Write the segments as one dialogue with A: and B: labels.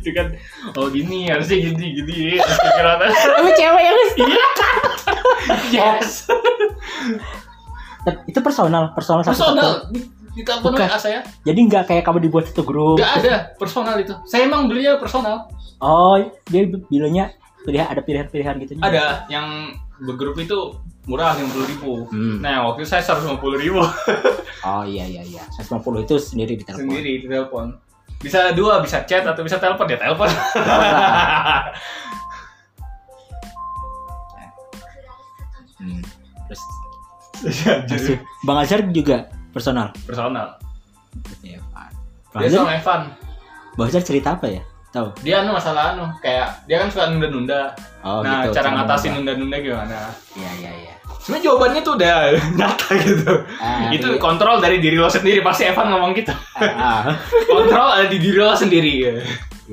A: gitu kan oh gini harusnya gini ya. gini Terus pikiran
B: Lu cewek yang
A: yes
B: itu personal, personal satu satu.
A: personal Di- ditelepon
B: Bukan.
A: WA saya
B: Jadi nggak kayak kamu dibuat satu grup.
A: nggak ada personal itu saya emang belinya personal
B: Oh, dia bilangnya pilihan ada pilihan-pilihan gitu.
A: ada yang bergrup itu murah 50 ribu
B: Hmm.
A: nah waktu itu saya 150 ribu
B: Oh iya iya iya. 150 itu sendiri di telepon.
A: sendiri di telepon bisa dua bisa chat atau bisa telepon ya telepon
B: Hmm. Terus
A: Jadi,
B: Terus Bang Azhar juga personal. Iya,
A: personal
B: Bang
A: dia
B: Azhar,
A: sama Evan
B: Bang Azhar cerita apa ya? Tahu?
A: dia anu masalah anu kayak dia kan suka nunda-nunda
B: Oh,
A: nah
B: gitu.
A: cara ngatasin
B: ngomong.
A: nunda-nunda gimana
B: Iya iya iya.
A: sebenarnya jawabannya tuh udah nyata gitu
B: Ah,
A: itu
B: iya.
A: kontrol dari diri lo sendiri pasti Evan ngomong gitu
B: Ah, ah.
A: kontrol ada di diri lo sendiri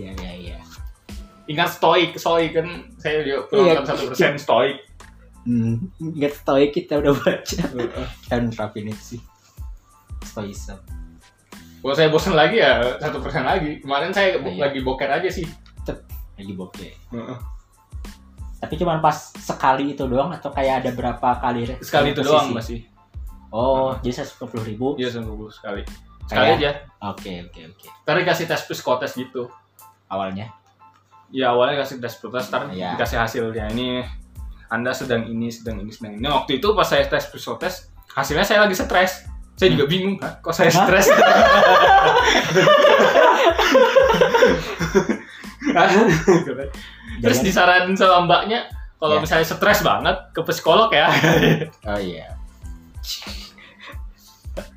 B: Iya iya iya.
A: ingat stoik stoik kan saya juga
B: Iya.
A: kurang satu persen stoik
B: Hmm, nggak tahu ya kita udah baca. Kita nerapin itu sih. Stoism.
A: kalau saya bosan lagi ya satu persen lagi kemarin saya bo-
B: Iya.
A: lagi boker aja sih
B: Lagi bokeh. Tapi cuma pas sekali itu doang atau kayak ada berapa kali? re-
A: sekali itu
B: posisi?
A: doang masih
B: Oh, jadi 150 ribu.
A: iya sungguh sekali sekali
B: Kayak-
A: aja
B: Oke oke oke.
A: Ntar dikasih tes psikotes gitu
B: Awalnya.
A: ya awalnya kasih tes psikotes ntar
B: Iya.
A: dikasih hasilnya ini anda sedang ini sedang ini sedang ini Nah, waktu itu pas saya tes psikotes hasilnya saya lagi stres saya juga bingung Hmm. "Hah, kok saya
B: Hah?
A: stres terus
B: Jangan-
A: disarankan sama mbaknya kalau
B: Iya.
A: misalnya stres banget ke psikolog ya
B: Oh iya.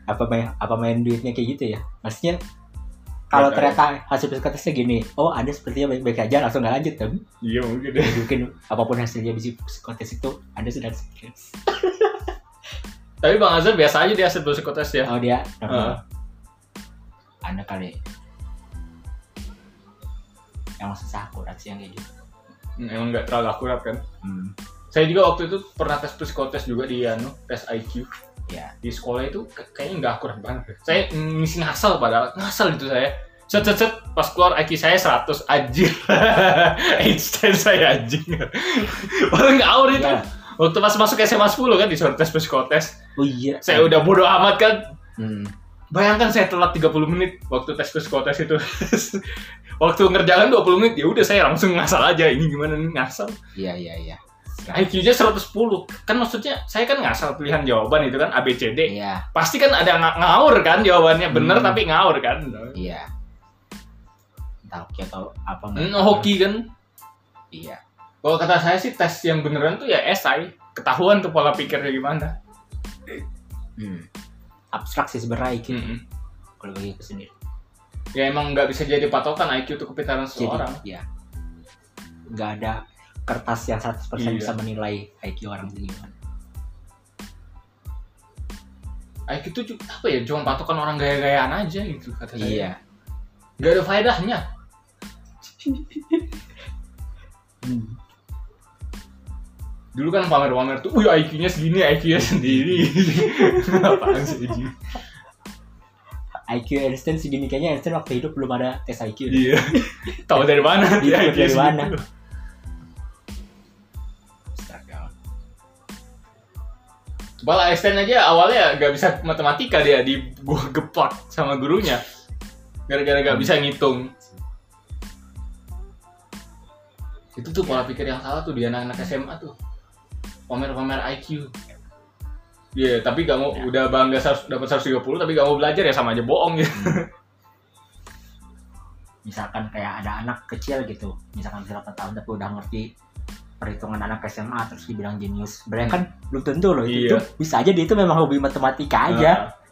B: apa main apa main duitnya kayak gitu ya? Maksudnya kalau
A: Nggak
B: ternyata hasil psikotesnya gini, oh anda sepertinya baik-baik aja langsung nggak lanjut tapi
A: iya mungkin deh
B: mungkin apapun hasilnya di psikotes itu anda sedang stres.
A: tapi bang Azhar biasa aja dia hasil psikotes ya
B: Oh dia,
A: Heeh.
B: anda kali yang susah akurat sih yang kayak gitu.
A: emang nggak terlalu akurat kan
B: Hmm.
A: saya juga waktu itu pernah tes psikotes juga di anu tes IQ
B: Iya.
A: di sekolah itu ke- kayaknya nggak akurat banget saya ngisi ngasal padahal ngasal itu saya set set set pas keluar IQ saya 100 anjir Einstein saya anjing paling ngawur itu
B: Ya.
A: waktu pas masuk SMA 10 kan disuruh tes psikotes
B: Oh iya.
A: saya udah bodoh amat kan
B: Hmm.
A: bayangkan saya telat 30 menit waktu tes psikotes itu waktu ngerjakan 20 menit ya udah saya langsung ngasal aja ini gimana nih ngasal
B: Iya iya iya.
A: IQ-nya 110. Kan maksudnya saya kan ngasal pilihan jawaban itu kan ABCD.
B: Iya
A: Pasti kan ada nga- ngawur kan jawabannya bener
B: Hmm.
A: tapi ngawur kan.
B: iya. Entah hoki atau apa? nggak
A: Hmm,
B: tahu.
A: hoki kan.
B: Iya.
A: Kalau kata saya sih tes yang beneran tuh ya esai. Ketahuan tuh pola pikirnya gimana.
B: Hmm. Abstrak sih sebenarnya IQ
A: Mm-mm.
B: kalau bagi aku sendiri.
A: Ya emang nggak bisa jadi patokan IQ tuh kepintaran seseorang.
B: Jadi, ya. Nggak ada kertas yang 100%
A: Iya.
B: bisa menilai IQ orang itu gimana.
A: IQ tuh cu- apa ya? Cuma patokan orang gaya-gayaan aja gitu kata saya.
B: Iya.
A: Nggak ada faedahnya.
B: Hmm.
A: Dulu kan pamer-pamer tuh, wih IQ-nya segini, IQ-nya sendiri. Apaan sih anjing?
B: IQ Einstein segini kayaknya Einstein waktu hidup belum ada tes IQ.
A: Iya. Tahu dari mana?
B: Iya,
A: IQ
B: dari
A: segitu.
B: mana? Abstrak ya.
A: Bala Einstein aja awalnya gak bisa matematika dia di gua geplak sama gurunya. Gara-gara gak bisa ngitung. Itu tuh pola pikir yang salah tuh di anak-anak SMA tuh. Pamer-pamer IQ. Iya, tapi gak mau
B: Ya.
A: udah bangga seratus- dapat 130 tapi gak mau belajar ya sama aja bohong gitu.
B: Misalkan kayak ada anak kecil gitu, misalkan usia 8 tahun tapi udah ngerti perhitungan anak SMA terus dibilang jenius. Sebenarnya kan belum tentu loh itu
A: Iya.
B: tuh bisa aja dia itu memang hobi matematika aja.
A: Nah,